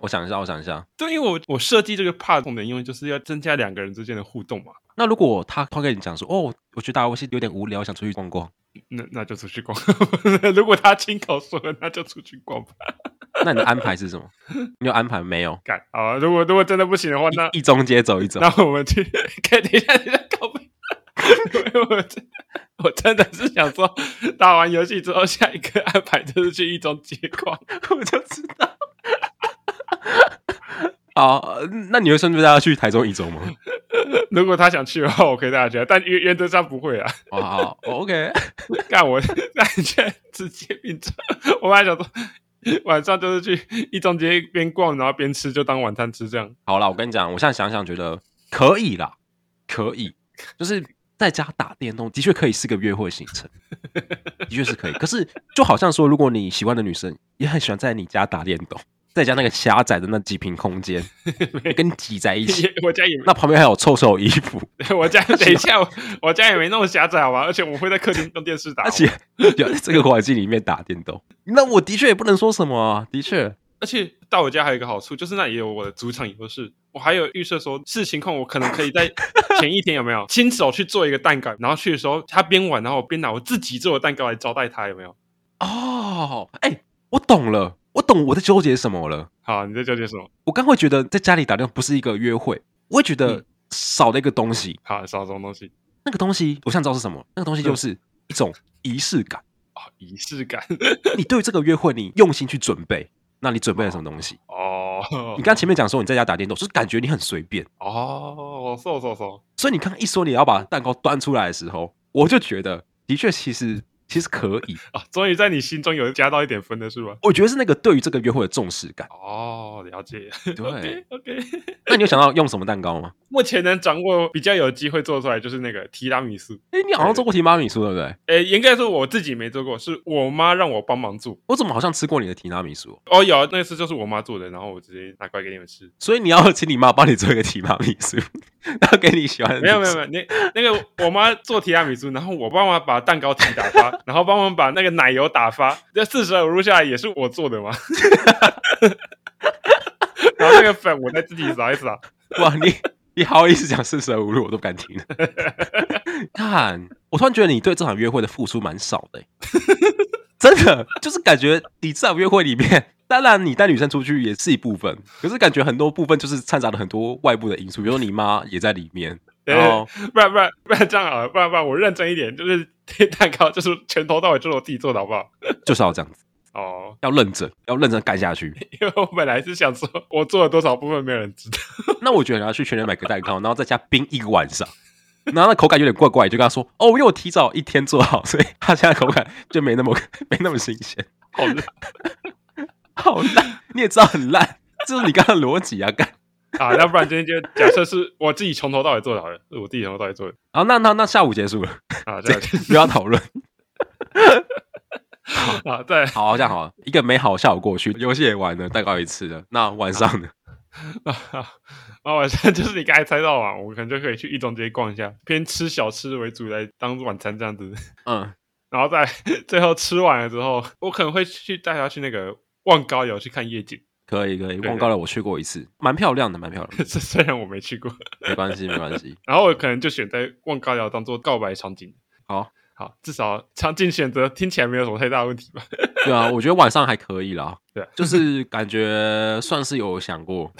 A: 我想一下，我想一下。
B: 对，因为我我设计这个 part 重点，因为就是要增加两个人之间的互动嘛。
A: 那如果他他跟你讲说，哦，我觉得打游戏有点无聊，想出去逛逛，
B: 那那就出去逛。 如果他亲口说了，那就出去逛吧。
A: 那你的安排是什么？ 你有安排没有？
B: 干好啊！如果如果真的不行的话， 那
A: 一中街走一走，
B: 那我们去。看，等一下，等一下，告白。 我真我真的是想说，打完游戏之后，下一个安排就是去一中街逛。
A: 我就知道。好，那你会顺便带他去台中一周吗？
B: 如果他想去的话，我可以带他去啊，但原原则上不会啊。
A: 哦，好，OK，
B: 干我，那你现在直接变成，我本来想说晚上就是去一中街边逛，然后边吃，就当晚餐吃这样。
A: 好啦，我跟你讲，我现在想想觉得可以啦，可以，就是在家打电动的确可以是个约会行程，的确是可以。可是就好像说，如果你喜欢的女生也很喜欢在你家打电动，在家那个狭窄的那几平空间跟你挤在一起，
B: 也我家也
A: 那旁边还有臭臭衣服，
B: 没，我家
A: 啊
B: 等一下，我我家也没那么狭窄好吧？而且我会在客厅用电视打，
A: 而且要在这个环境里面打电动，那我的确也不能说什么啊，的确。
B: 而且到我家还有一个好处，就是那里有我的主场优势。我还有预设说，是情况我可能可以在前一天有没有 亲手去做一个蛋糕，然后去的时候他边玩，然后我边拿我自己做的蛋糕来招待他，有没有？
A: 哦，哎、我懂了，我懂我在纠结什么了。
B: 好，你在纠结什么？
A: 我刚会觉得在家里打电话不是一个约会，我会觉得
B: 嗯
A: 少了一个东西。
B: 好，少什么东西
A: 那个东西我想知道是什么，那个东西就是一种仪式感。
B: 啊、仪式感
A: 你对于这个约会，你用心去准备，那你准备了什么东西？
B: 哦
A: 你刚前面讲说你在家打电动，就是感觉你很随便，
B: 哦，瘦瘦瘦，
A: 所以你刚刚一说你要把蛋糕端出来的时候，我就觉得的确其实其实可以，
B: 啊，终于在你心中有加到一点分了，是吧？
A: 我觉得是那个对于这个约会的重视感。
B: 哦，了解。
A: 对
B: OK，
A: 那你有想到用什么蛋糕吗？
B: 目前能掌握比较有机会做出来就是那个提拉米苏。
A: 哎，你好像做过提拉米苏，对不对？
B: 诶，严格来说我自己没做过，是我妈让我帮忙做。
A: 我怎么好像吃过你的提拉米苏？
B: 哦，有啊那次就是我妈做的，然后我直接拿过来给你们吃。
A: 所以你要请你妈帮你做一个提拉米苏， 然后给你喜欢的。
B: 没有没有没有，那那个我妈做提拉米苏，然后我帮忙把蛋糕体打发，然后帮忙把那个奶油打发，这四舍五入下来也是我做的嘛。 然后那个粉我再自己撒一撒，
A: 哇，你你好意思讲四舍五入，我都不敢听。 看，我突然觉得你对这场约会的付出蛮少的欸、 真的，就是感觉你这场约会里面，当然你带女生出去也是一部分，可是感觉很多部分就是掺杂了很多外部的因素，比如说你妈也在里面，
B: 对
A: 然后
B: 不然不然不然这样啊，不然不然我认真一点，就是这蛋糕就是全头到尾就是我自己做的好不好？
A: 就是要这样子，
B: 哦，
A: 要认真，要认真干下去。
B: 因为我本来是想说我做了多少部分没有人知道，
A: 那我觉得你要去全年买个蛋糕，然后在家冰一个晚上。然后那口感有点怪怪，就跟他说：“哦，因为我提早一天做好，所以它现在口感就没那么没那么新鲜。”
B: 好累
A: 好烂，你也知道很烂，这是你刚刚的逻辑啊，干。
B: 啊！那不然今天就假设是我自己从头到尾做的好了，是我自己从头到尾做的
A: 好，那那那下午结束了，
B: 啊，这
A: 这
B: 样
A: 个不要讨论。
B: 啊，再来
A: 好，这样好了，一个美好下午过去，游戏也玩了，蛋糕也吃了，那晚上呢？
B: 啊，啊，晚上就是你刚才猜到嘛，我可能就可以去一中街逛一下，偏吃小吃为主来当晚餐这样子，
A: 嗯，
B: 然后再最后吃完了之后，我可能会去带他去那个望高寮去看夜景，
A: 可以可以，
B: 对
A: 望高了，我去过一次，蛮漂亮的，蛮漂亮的，
B: 这虽然我没去过，
A: 没关系没关系。
B: 然后我可能就选在望高寮当做告白场景，
A: 好，
B: 好，至少场景选择听起来没有什么太大问题吧？
A: 对啊，我觉得晚上还可以啦，
B: 对啊
A: 就是感觉算是有想过，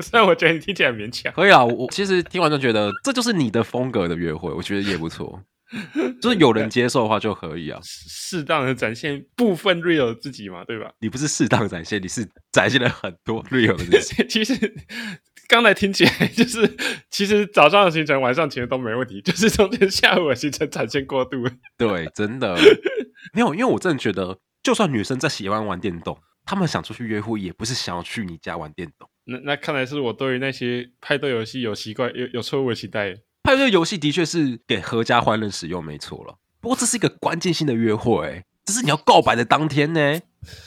B: 虽然我觉得你听起来勉强，
A: 可以啊。我我其实听完就觉得这就是你的风格的约会，我觉得也不错，就是有人接受的话就可以啊。
B: 适当的展现部分 real 的自己嘛，对吧？
A: 你不是适当展现，你是展现了很多 real 的自己。
B: 其实刚才听起来就是，其实早上的行程、晚上其实都没问题，就是中间下午的行程展现过度。
A: 对，真的没有，因为我真的觉得，就算女生再喜欢玩电动，她们想出去约会，也不是想要去你家玩电动。
B: 那那看来是我对于那些派对游戏有习惯、有有错误的期待。
A: 派对游戏的确是给合家欢乐使用，没错了。不过这是一个关键性的约会、欸这是你要告白的当天呢、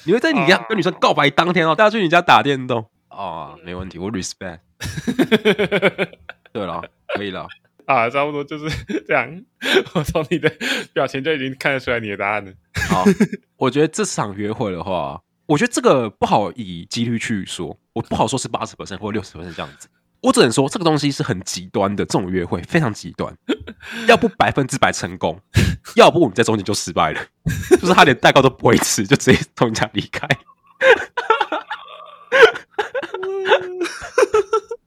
A: 你会在你家
B: 啊
A: 跟女生告白当天哦，带她去你家打电动哦，没问题，我 respect。对了，可以了。
B: 啊，差不多就是这样。 我从你的表情就已经看得出来你的答案了。
A: 好，我觉得这场约会的话，我觉得这个不好以几率去说，我不好说是八十 percent 或六十 percent 这样子。我只能说，这个东西是很极端的，这种约会非常极端，要不百分之百成功，要不我们在中间就失败了，就是他连蛋糕都不会吃，就直接从你家离开。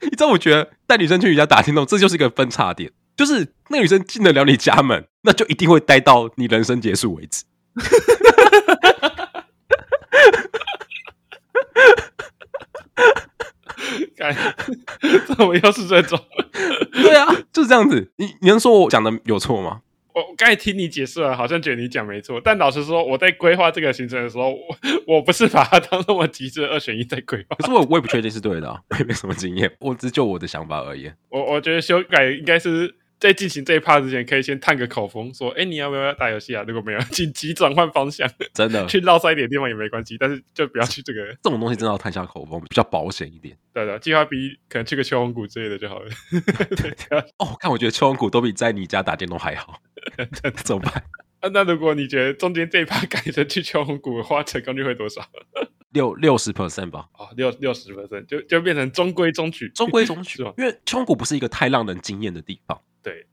A: 你知道，我觉得带女生去你家打电动，这就是一个分叉点，就是那个女生进得了你家门，那就一定会待到你人生结束为止。
B: 看， 怎么又是这种？
A: 对啊， 就是这样子。你你能说我讲的有错吗？
B: 我我刚才听你解释了，好像觉得你讲没错，但老实说，我在规划这个行程的时候，我我不是把它当那么极致的二选一在规划。
A: 可是我我也不确定是对的、啊， 我也没什么经验，我只就我的想法而言。
B: 我我觉得修改应该是在进行这一趴之前，可以先探个口风，说，哎、你要不要打游戏啊？如果没有，紧急转换方向，
A: 真的，
B: 去绕塞一点地方也没关系，但是就不要去这个，
A: 这种东西真的要探下口风，比较保险一点。
B: 对的，计划 B 可能去个秋红谷之类的就好了。对啊
A: 哦，看我觉得秋红谷都比在你家打电动还好， 怎么办？
B: 啊那如果你觉得中间这一趴改成去秋红谷的话，成功率会多少？
A: 六六十 percent 吧，
B: 啊、六六十分就就变成中规中矩，
A: 中规中矩
B: 是吧。
A: 因为秋红谷 不是一个太让人惊艳的地方，
B: 对，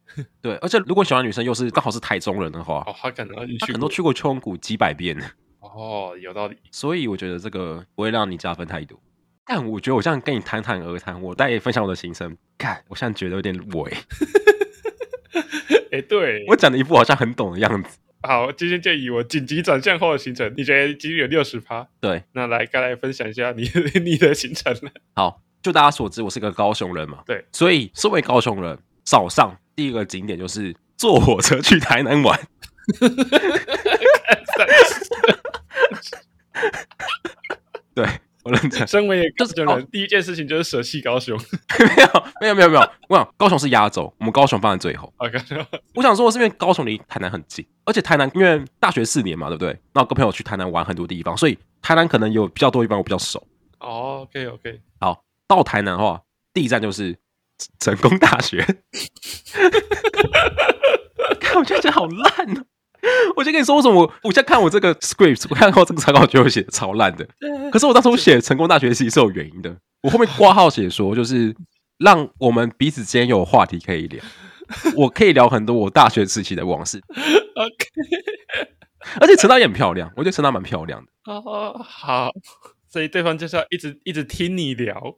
A: 对。 而且如果喜欢的女生又是刚好是台中人的话，
B: 哦，他可能要
A: 她
B: 去
A: 嗯可能都去过秋红谷几百遍了。
B: 哦，有道理。
A: 所以我觉得这个不会让你加分太多。但我觉得我这样跟你侃侃而谈，我再分享我的行程，看我现在觉得有点伪，
B: 哎、对，
A: 我讲的一副好像很懂的样子。
B: 好，今天就以我紧急转向后的行程，你觉得几率有六十趴？
A: 对，
B: 那来，该来分享一下你你的 行程了。
A: 好，就大家所知，我是个高雄人嘛，
B: 对，
A: 所以身为高雄人，早上第一个景点就是坐火车去台南玩。 对我的能讲
B: 身为一
A: 就
B: 个
A: 是哦
B: 高雄人，第一件事情就是舍弃高雄。
A: 没有没有没有没有，我想高雄是压轴，我们高雄放在最后。
B: OK，
A: 我想说，是因为高雄离台南很近，而且台南因为大学四年嘛，对不对？那我跟朋友去台南玩很多地方，所以台南可能有比较多地方我比较熟。
B: 哦，OK，OK，
A: 好，到台南的话，第一站就是成功大学。 看，我就觉得好烂哦、我就跟你说，为什么我我现在看我这个 script，我看到这个草稿，我觉得我写的超烂的。可是我当初写成功大学其实是有原因的，我后面挂号写说，就是让我们彼此间有话题可以聊。我可以聊很多我大学时期的往事，
B: OK，
A: 而且陈大也很漂亮，我觉得陈大蛮漂亮的。
B: 哦，好，所以对方就是要一直一直听你聊。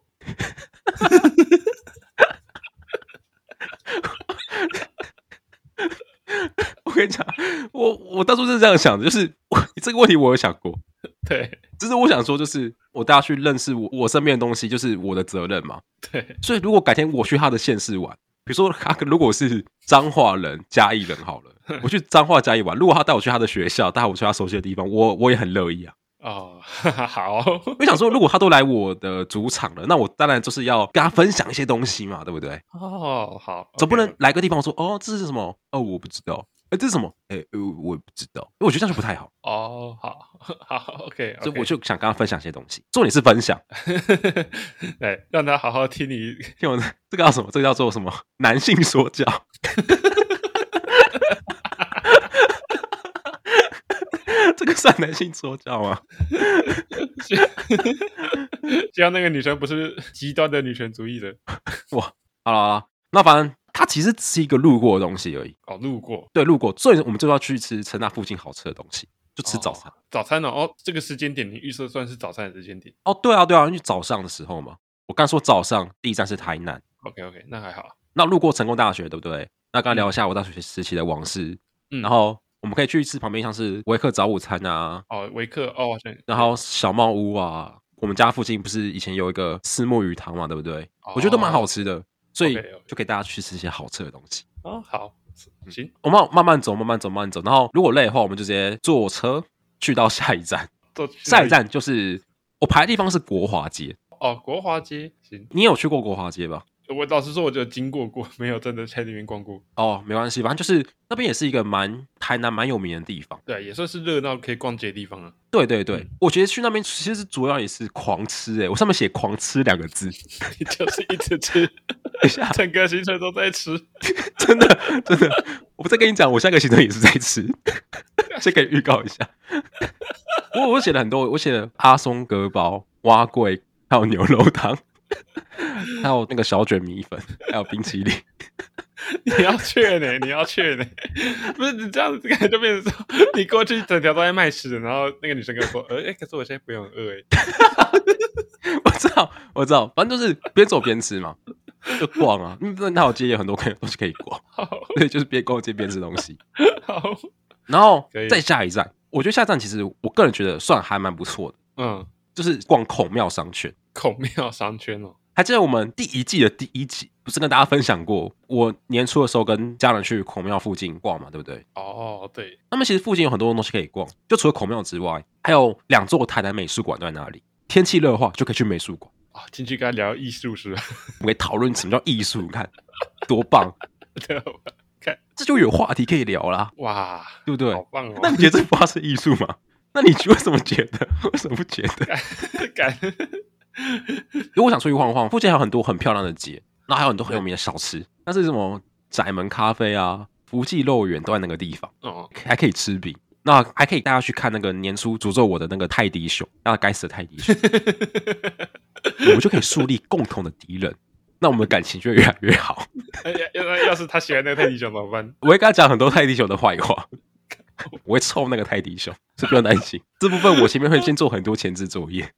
A: 我跟你讲，我我当初是这样想的，就是我这个问题我有想过，
B: 对
A: 只是我想说，就是我大家去认识我我身边的东西，就是我的责任嘛。
B: 对，
A: 所以如果改天我去他的县市玩，比如说他如果是彰化人、嘉义人好了，我去彰化嘉义玩，如果他带我去他的学校，带我去他熟悉的地方，我我也很乐意啊。
B: 哦， 好，
A: 我想说，如果他都来我的主场了，那我当然就是要跟他分享一些东西嘛，对不对？
B: 哦，好，
A: 总不
B: OK，
A: 能来个地方说哦，这是什么？哦，我不知道。哎，这是什么？哎，呃我不知道。我觉得这样就不太好，
B: 哦，好， 好，OK，
A: 所以我就想跟他分享一些东西。重点是分享，
B: 对，哎让他好好听你。
A: 听我的，这个叫什么？这个叫做什么？男性说教。 这个算男性说教吗？
B: 只要那个女生不是极端的女权主义的，
A: 好了好了，那反正它其实只是一个路过的东西而已。
B: 哦，路过
A: 对，路过，所以我们就要去吃城大附近好吃的东西，就吃早餐。
B: 早餐哦，哦，这个时间点你预设算是早餐的时间点。
A: 哦，对啊对啊，因为早上的时候嘛，我刚说早上第一站是台南。
B: OK OK，那还好。
A: 那路过成功大学，对不对？那刚才聊一下我大学时期的往事，
B: 嗯
A: 然后我们可以去吃旁边像是维克早午餐啊，
B: 哦，维克哦，对
A: 然后小帽屋啊，我们家附近不是以前有一个四目鱼汤嘛，对不对？
B: 哦
A: 我觉得都蛮好吃的，所以
B: OK，OK
A: 就给大家去吃一些好吃的东西。
B: 哦，好，行，
A: 我们慢慢走，慢慢走，慢慢走。然后如果累的话，我们就直接坐车去到下一站。
B: 坐
A: 下一站就是我排的地方是国华街，
B: 哦，国华街。行，
A: 你有去过国华街吧？
B: 我老实说，我就经过过，没有真的在里面逛过。
A: 哦，没关系，反正就是那边也是一个蛮台南蛮有名的地方。
B: 对，也算是热闹可以逛街的地方啊。
A: 对对对，
B: 嗯
A: 我觉得去那边其实主要也是狂吃欸诶、我上面写“狂吃”两个字，
B: 就是一 直吃，
A: 等一下，
B: 整个行程都在吃。
A: 真的真的，我再跟你讲，我下个行程也是在吃，先给你预告一下。我我写了很多，我写了阿松格堡、蛙桂，还有牛肉汤，还有那个小卷米粉，还有冰淇淋。
B: 你要去呢， 你要去呢，不是你这样子感觉就变成说， 你过去整条都在卖吃的，然后那个女生跟我说，呃，欸可是我现在不用饿哎，
A: 我知道，我知道，反正就是边走边吃嘛，就逛啊。嗯那那条街有很多可以东西可以逛，
B: 好
A: 对，就是边逛街边吃东西。
B: 好，
A: 然后
B: 可以
A: 再下一站，我觉得下一站其实我个人觉得算还蛮不错的，
B: 嗯，
A: 就是逛孔庙商圈。
B: 孔庙商圈哦，
A: 还记得我们第一季的第一集，不是跟大家分享过，我年初的时候跟家人去孔庙附近逛嘛，对不对？
B: 哦对，
A: 那么其实附近有很多东西可以逛，就除了孔庙之外，还有两座台南美术馆都在那里。天气热的话，就可以去美术馆，
B: 啊，进去跟他聊艺术是吧？
A: 我们可以讨论什么叫艺术，你看多棒，
B: 对，
A: 这就有话题可以聊啦，
B: 哇，
A: 对不对？
B: 好棒
A: 那
B: 哦，
A: 你觉得这不是艺术吗？那你为什么觉得？为什么不觉得？
B: 感，
A: 如果想出去晃晃，附近还有很多很漂亮的街，然后还有很多很有名的小吃，那是什么窄门咖啡啊、福记肉圆都在那个地方，
B: 哦，
A: 还可以吃饼。那还可以带他去看那个年初诅咒我的那个泰迪熊，那该死的泰迪熊，我们就可以树立共同的敌人，那我们的感情就会越来越好。
B: 哎呀要要是他喜欢那个泰迪熊怎么办？
A: 我会跟他讲很多泰迪熊的坏话，我会臭那个泰迪熊，这不用担心。这部分我前面会先做很多前置作业，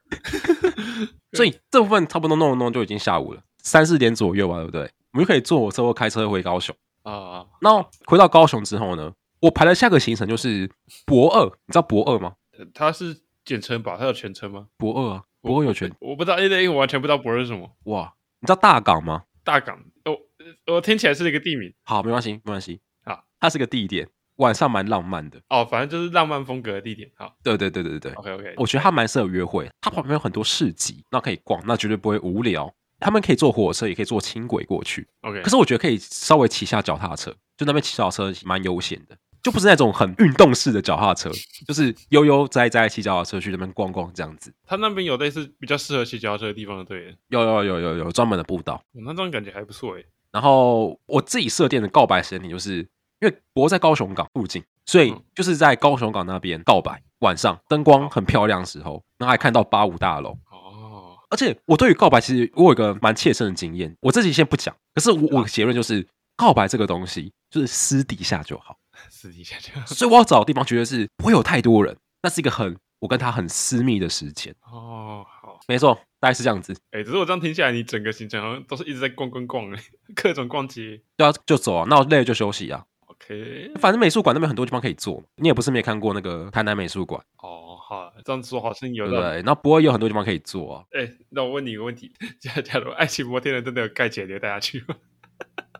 A: 所以这部分差不多弄一弄就已经下午了，三四点左右吧，对不对？我们就可以坐火车或开车回高雄。
B: 啊，
A: 那回到高雄之后呢，我排的下个行程就是博二，你知道博二吗？
B: 呃他是简称吧？他有全称吗？
A: 博二啊，博二有全
B: 我不知道，因为我完全不知道博是什么，哦
A: 哇，你知道大港吗？
B: 大港，我我听起来是一个地名，
A: 好，没关系，没关系
B: 好，
A: 它是个地点，晚上蛮浪漫的。
B: 哦，反正就是浪漫风格的地点。好
A: 对对对对对对，
B: ，OK OK，
A: 我觉得它蛮适合约会，它旁边有很多市集，那可以逛，那绝对不会无聊。他们可以坐火车，也可以坐轻轨过去。
B: OK，
A: 可是我觉得可以稍微骑下脚踏车，就那边骑脚踏车蛮悠闲的，就不是那种很运动式的脚踏车，就是悠悠哉哉骑脚踏车去那边逛逛这样子。
B: 他那边有类似比较适合骑脚踏车的地方，对了，
A: 有有有有有专门的步道。
B: 哦那这样感觉还不错诶。
A: 然后我自己设定的告白时间点，就是因为博在高雄港附近，所以
B: 嗯
A: 就是在高雄港那边告白，晚上灯光很漂亮的时候，然后还看到八五大楼。
B: 哦，
A: 而且我对于告白，其实我有一个蛮切身的经验，我自己先不讲，可是我我的结论就是，告白这个东西就是私底下就好，
B: 私底下这
A: 所以我要找的地方绝对是不会有太多人，那是一个很我跟他很私密的时间，
B: 哦，好，
A: 没错，大概是这样子，
B: 哎、只是我这样听起来，你整个行程好像都是一直在逛逛逛，诶，各种逛街。
A: 对啊，就走啊，那我累了就休息啊，
B: OK，
A: 反正美术馆那边很多地方可以做嘛，你也不是没看过那个台南美术馆，
B: 哦，好，这样说好像有
A: 对不
B: 了。
A: 对？那不会有很多地方可以做啊，
B: 哎、那我问你一个问题：假假如爱情摩天轮真的有盖起来，你会带他去吗？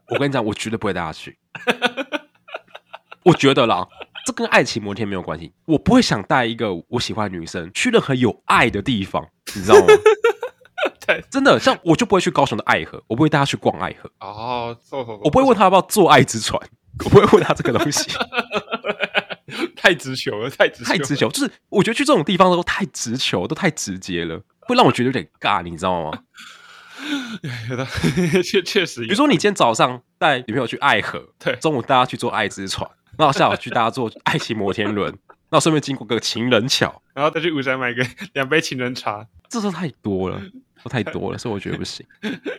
A: 我跟你讲，我绝对不会带他去，我觉得啦。这跟爱情摩天没有关系，我不会想带一个我喜欢的女生去任何有爱的地方，你知道吗
B: 对？
A: 真的，像我就不会去高雄的爱河，我不会带她去逛爱河，
B: 哦，走走走，
A: 我不会问她要不要做爱之船，我不会问她这个东西。
B: 太直球了，太直球
A: 太
B: 了
A: 直 球，就是我觉得去这种地方都太直球，都太直接了，会让我觉得有点尬，你知道吗？
B: 有的，确确实
A: 比
B: 有
A: 如。说你今天早上带女朋友去爱河，
B: 对
A: 中午大家去坐爱之船，然后下午去大家坐爱情摩天轮，然后顺便经过个情人桥，
B: 然后再去五山买个两杯情人茶，
A: 这都太多了，都太多了，所以我觉得不行，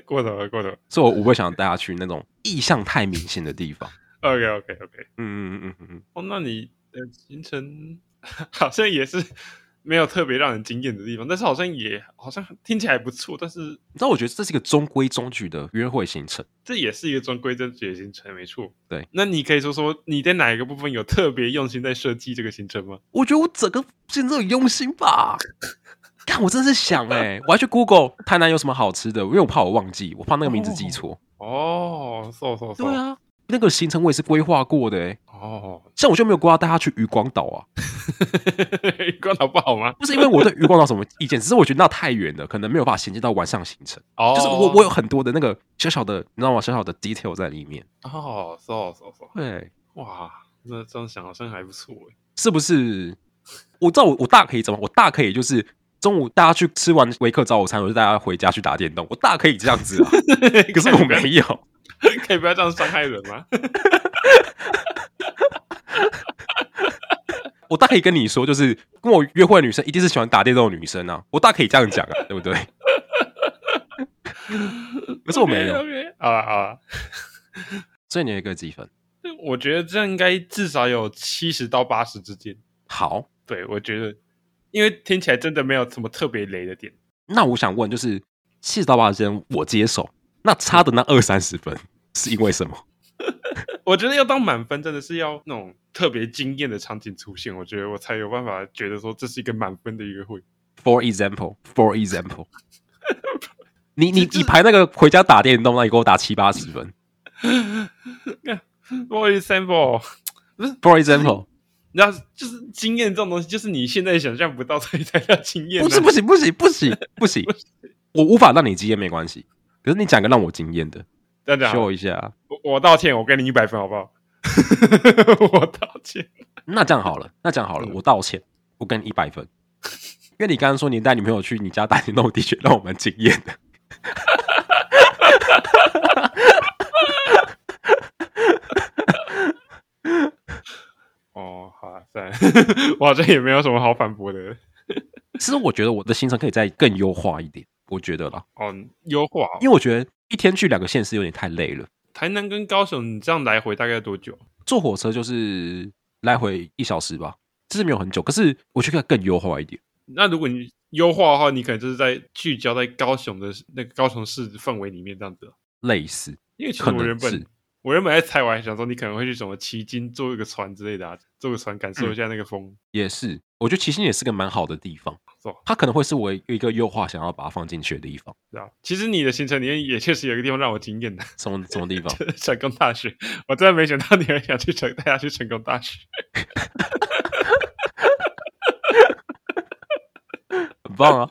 B: 过头了，过头了。
A: 所以我不会想带她去那种意向太明显的地方。
B: OK OK OK，
A: 嗯嗯嗯嗯嗯，
B: 哦，那你的行程 好像也是没有特别让人惊艳的地方，但是好像也好像听起来不错，但是
A: 你知道，我觉得这是一个中规中矩的约会行程。
B: 这也是一个中规中矩的行程，没错。
A: 对，
B: 那你可以说说你在哪一个部分有特别用心在设计这个行程吗？
A: 我觉得我整个行程很用心吧。看，我真是想哎、 我还去 Google 台南有什么好吃的，因为我怕我忘记，我怕那个名字记错。
B: 哦，瘦瘦瘦，
A: 对，啊，那个行程我也是规划过的哎、
B: 哦，
A: 像我就没有规划带他去渔光岛啊，
B: 光头不好吗？
A: 不是因为我对渔光岛什么意见，只是我觉得那太远了，可能没有办法衔接到晚上行程。
B: 哦，
A: 就是我我有很多的那个小小的，你知道吗？小小的 detail 在里面。
B: 哦，瘦瘦瘦，
A: 对，
B: 哇，那这样想好像还不错哎。
A: 是不是？我知道我我大可以怎么，我大可以就是中午大家去吃完维克早午餐，我就带大家回家去打电动，我大可以这样子啊。可是我没有，
B: 可以不要这样伤害人吗？
A: 我大可以跟你说，就是跟我约会的女生一定是喜欢打电动的女生啊，我大可以这样讲啊，对不 对？可是我没 有，
B: OK，好了好了，
A: 所以你有一个积分。
B: 我觉得这样应该至少有七十到八十之间。
A: 好，
B: 对，我觉得，因为听起来真的没有什么特别雷的点。
A: 那我想问，就是七十到八十分我接受，那差的那二三十分是因为什么？
B: 我觉得要到满分，真的是要那种特别惊艳的场景出现，我觉得我才有办法觉得说这是一个满分的约会。
A: For example, for example，你你
B: 这
A: 你排那个回家打电动，那你给我打七八十分。
B: For example，不是，
A: For example，
B: 那就是经验这种东西，就是你现在想象不到，所以才叫经验、啊。
A: 不是不行不行不行不行，我无法让你惊艳没关系，可是你讲个让我惊艳的，
B: 这样讲好了，
A: 秀一下。啊
B: 我我道歉，我给你一百分好不 好？我道歉。
A: 那这样好了，那这样好了，
B: 嗯
A: 我道歉，我给你一百分，因为你刚刚说你带女朋友去你家打电动，的确让我蛮惊艳的。
B: 哦，好了，算了， 我好像也没有什么好反驳的。
A: 其实我觉得我的行程可以再更优化一点，我觉得啦，
B: 哦，优化哦、
A: 因为我觉得一天去两个县市有点太累了，
B: 台南跟高雄，你这样来回大概多久？
A: 坐火车就是来回一小时吧，这是没有很久，可是我觉得可以更优化一点。
B: 那如果你优化的话，你可能就是在聚焦在高雄的那个高雄市氛围里面这样子。
A: 类似，
B: 因为其实
A: 可
B: 我
A: 能
B: 原本
A: 是
B: 我原本在猜，我还想说你可能会去什么旗津坐一个船之类的、啊，坐个船感受一下那个风。
A: 也是，我觉得其实也是个蛮好的地方。
B: 错，
A: 它可能会是我一个优化想要把它放进去的地 方。
B: 对啊。其实你的行程里面也确实有一个地方让我惊艳的，
A: 什么什么地方？
B: 成功大学，我真的没想到你会想去成带他去成功大学。
A: 很棒啊，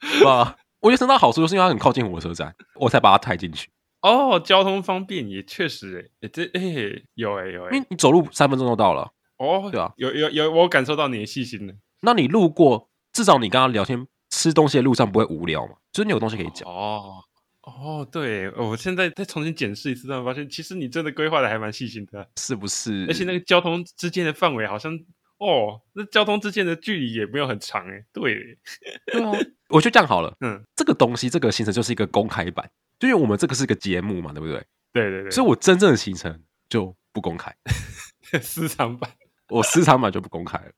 A: 很棒 啊！我觉得深大好处就是因为它很靠近火车站，我才把它抬进去。
B: 哦，交通方便也确实欸诶、诶这诶、有诶、有诶、欸
A: 因为你走路三分钟就到了，
B: 哦，
A: 对啊
B: 有有有，我感受到你的细心了。
A: 那你路过，至少你跟他聊天、吃东西的路上不会无聊嘛？就是你有东西可以讲。
B: 哦哦，对，我现在再重新检视一次，突然发现其实你真的规划的还蛮细心的啊、
A: 是不是？
B: 而且那个交通之间的范围好像哦，那交通之间的距离也没有很长诶、对诶，
A: 对啊，我就这样好了。
B: 嗯，
A: 这个东西，这个行程就是一个公开版，就因为我们这个是个节目嘛，对不对？
B: 对对对，
A: 所以我真正的行程就不公开，
B: 我私藏版，
A: 我私藏版就不公开了，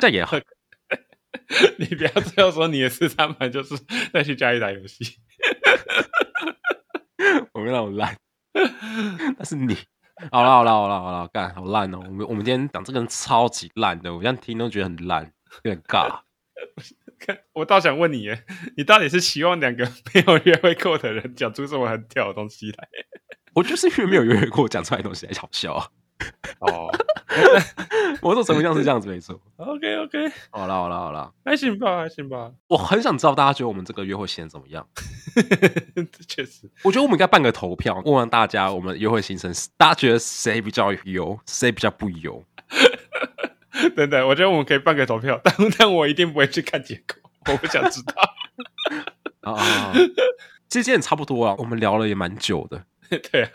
A: 这样也好。
B: 你不要最后说你的私藏版就是 再去家里打游戏。
A: 我们那种烂， 那是你。好啦好啦好啦好啦，干好烂哦！我们我们今天讲这个人超级烂的，我这样听都觉得很烂，有点尬。
B: 看我倒想问你耶，你到底是期望两个没有约会过的人讲出什么很屌的东西来？
A: 我就是因为没有约会过，讲出来的东西才好笑啊。
B: 哦
A: 某种程度上是这样子，没错。
B: ，OK OK，
A: 好啦好啦好啦，
B: 还行吧，还行吧，
A: 我很想知道大家觉得我们这个约会行程怎么样。
B: 这确实，
A: 我觉得我们应该办个投票，问问大家我们约会行程，大家觉得谁比较油，谁比较不油？
B: 等等，我觉得我们可以办个投票，但但我一定不会去看结果，我不想知道。
A: 啊啊，啊 其实今天也差不多啊，我们聊了也蛮久的。
B: 对啊，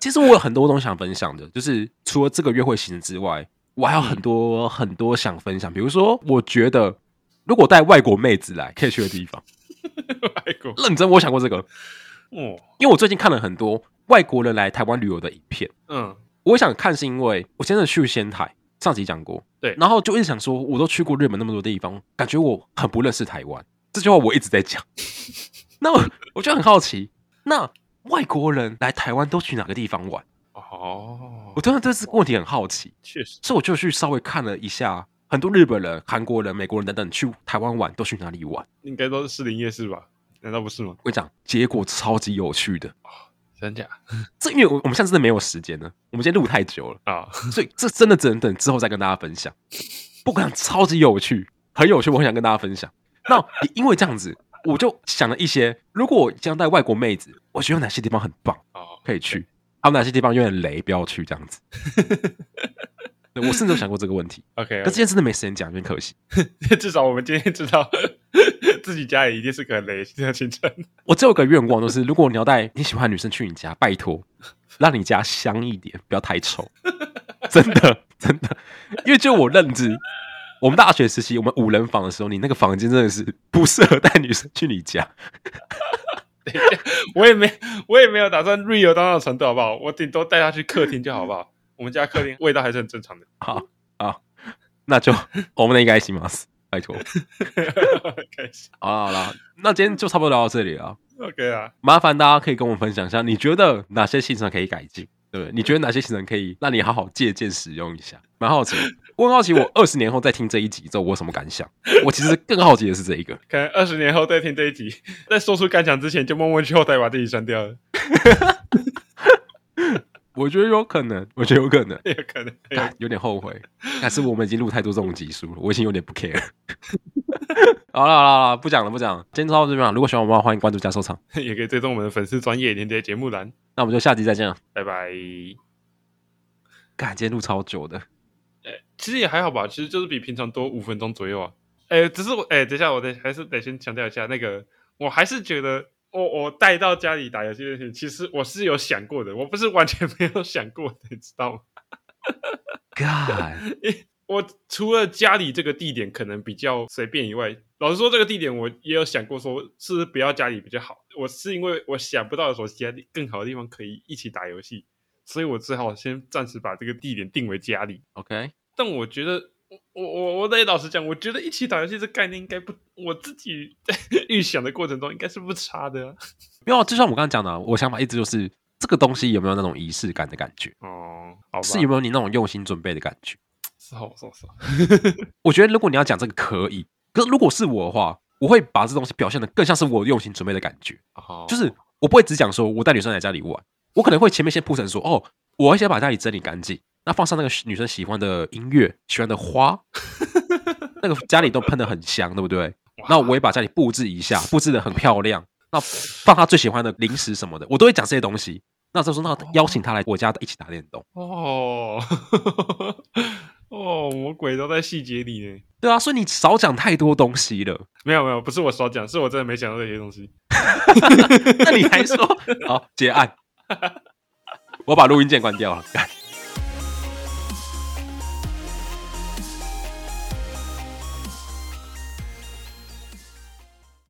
A: 其实我有很多东西想分享的，就是除了这个约会行程之外，我还有很多、很多想分享。比如说，我觉得如果带外国妹子来可以去的地方，
B: 外国，
A: 认真我想过这个，
B: 哦，
A: 因为我最近看了很多外国人来台湾旅游的影片。
B: 嗯，
A: 我想看是因为我真的去仙台，上集讲过，
B: 对
A: 然后就一直想说，我都去过日本那么多地方，感觉我很不认识台湾。这句话我一直在讲， 那我我就很好奇，那外国人来台湾都去哪个地方玩？
B: 哦
A: 我，真的对这个问题很好奇，
B: 确实，
A: 所以我就去稍微看了一下，很多日本人、韩国人、美国人等等去台湾玩都去哪里玩？
B: 应该都是士林夜市吧？难道不是吗？
A: 我跟你讲，结果超级有趣的。
B: 真假
A: 这因为我我们现在真的没有时间了，我们今天录太久了，
B: 啊？
A: 所以这真的只能等之后再跟大家分享。不敢，超级有趣，很有趣，我很想跟大家分享。那也因为这样子，我就想了一些，如果我将带外国妹子，我觉得有哪些地方很棒
B: 哦，
A: 可以去，还有哪些地方有点雷不要去这样子。 对我甚至有想过这个问题，
B: ，OK，
A: 但今天真的没时间讲，有点可惜。
B: 至少我 们今天知道自己家里一定是个雷的行程。
A: 我只有个愿望，就是如果你要带你喜欢的女生去你家，拜托让你家香一点，不要太丑。 真的， 真的，因为就我认知，我们大学时期我们五人房的时候，你那个房间真的是不适合带女生去你家。
B: 我也没，我也没有打算 real 到那种程度，好不好？我顶多带他去客厅就好，好不好？我们家客厅味道还是很正常的。
A: 好，好，那就我们应该行吗？拜托，
B: 开心
A: 好了好了，那今天就差不多聊到这里了。
B: OK 啊，
A: 麻烦大家可以跟我们分享一下，你觉得哪些行程可以改进，对不对？你觉得哪些行程可以让你好好借鉴使用一下？蛮好奇的，我很好奇，我二十年后再听这一集之后，我有什么感想？我其实更好奇的是这一个，
B: 可能二十年后再听这一集， 在说出感想之前，就默默去后台把自己删掉了，
A: 我觉得有可能，我觉得有可能，
B: 有可能。
A: 但有点后悔，但是我们已经录太多这种集数了，我已经有点不 care。好了好了好了，不讲了不讲了，今天就到这边了。如果喜欢我们的话，欢迎关注加收藏。
B: 也可以追踪我们的粉丝专业连接节目栏。
A: 那我们就下集再见了。
B: 拜拜。
A: 感今天录超久的，
B: 其实也还好吧，其实就是比平常多五分钟左右啊。哎，只是我哎，等一下，我得还是得先强调一下，那个我还是觉得我我带到家里打游戏这件事情，其实我是有想过的，我不是完全没有想过的，你知道吗？
A: 干
B: 我除了家里这个地点可能比较随便以外，老实说，这个地点我也有想过，说是不是不要家里比较好。我是因为我想不到有什么其他地更好的地方可以一起打游戏，所以我只好先暂时把这个地点定为家里。
A: ，OK，
B: 但我觉得，我我我得老实讲，我觉得一起打游戏这概念应该不，我自己 预想的过程中应该是不差的、啊。
A: 没有啊，就像我刚刚讲的啊，我想法一直就是这个东西有没有那种仪式感的感觉。
B: 哦，好吧，
A: 是有没有你那种用心准备的感觉？
B: 是好是好是好，
A: 我觉得如果你要讲这个可以，可是如果是我的话，我会把这东西表现的更像是我用心准备的感觉，
B: 哦，
A: 就是我不会只讲说我带女生来家里玩，我可能会前面先铺陈说，哦，我要先把家里整理干净，那放上那个女生喜欢的音乐、喜欢的花，那个家里都喷的很香，对不对？那我也把家里布置一下，布置的很漂亮，那放她最喜欢的零食什么的，我都会讲这些东西。那这时候，那邀请她来我家一起打电动。
B: 哦 哦，魔鬼都在细节里呢。
A: 对啊，所以你少讲太多东西了。
B: 没有没有，不是我少讲，是我真的没想到这些东西。
A: 那你还说好结案？我把录音键关掉了。干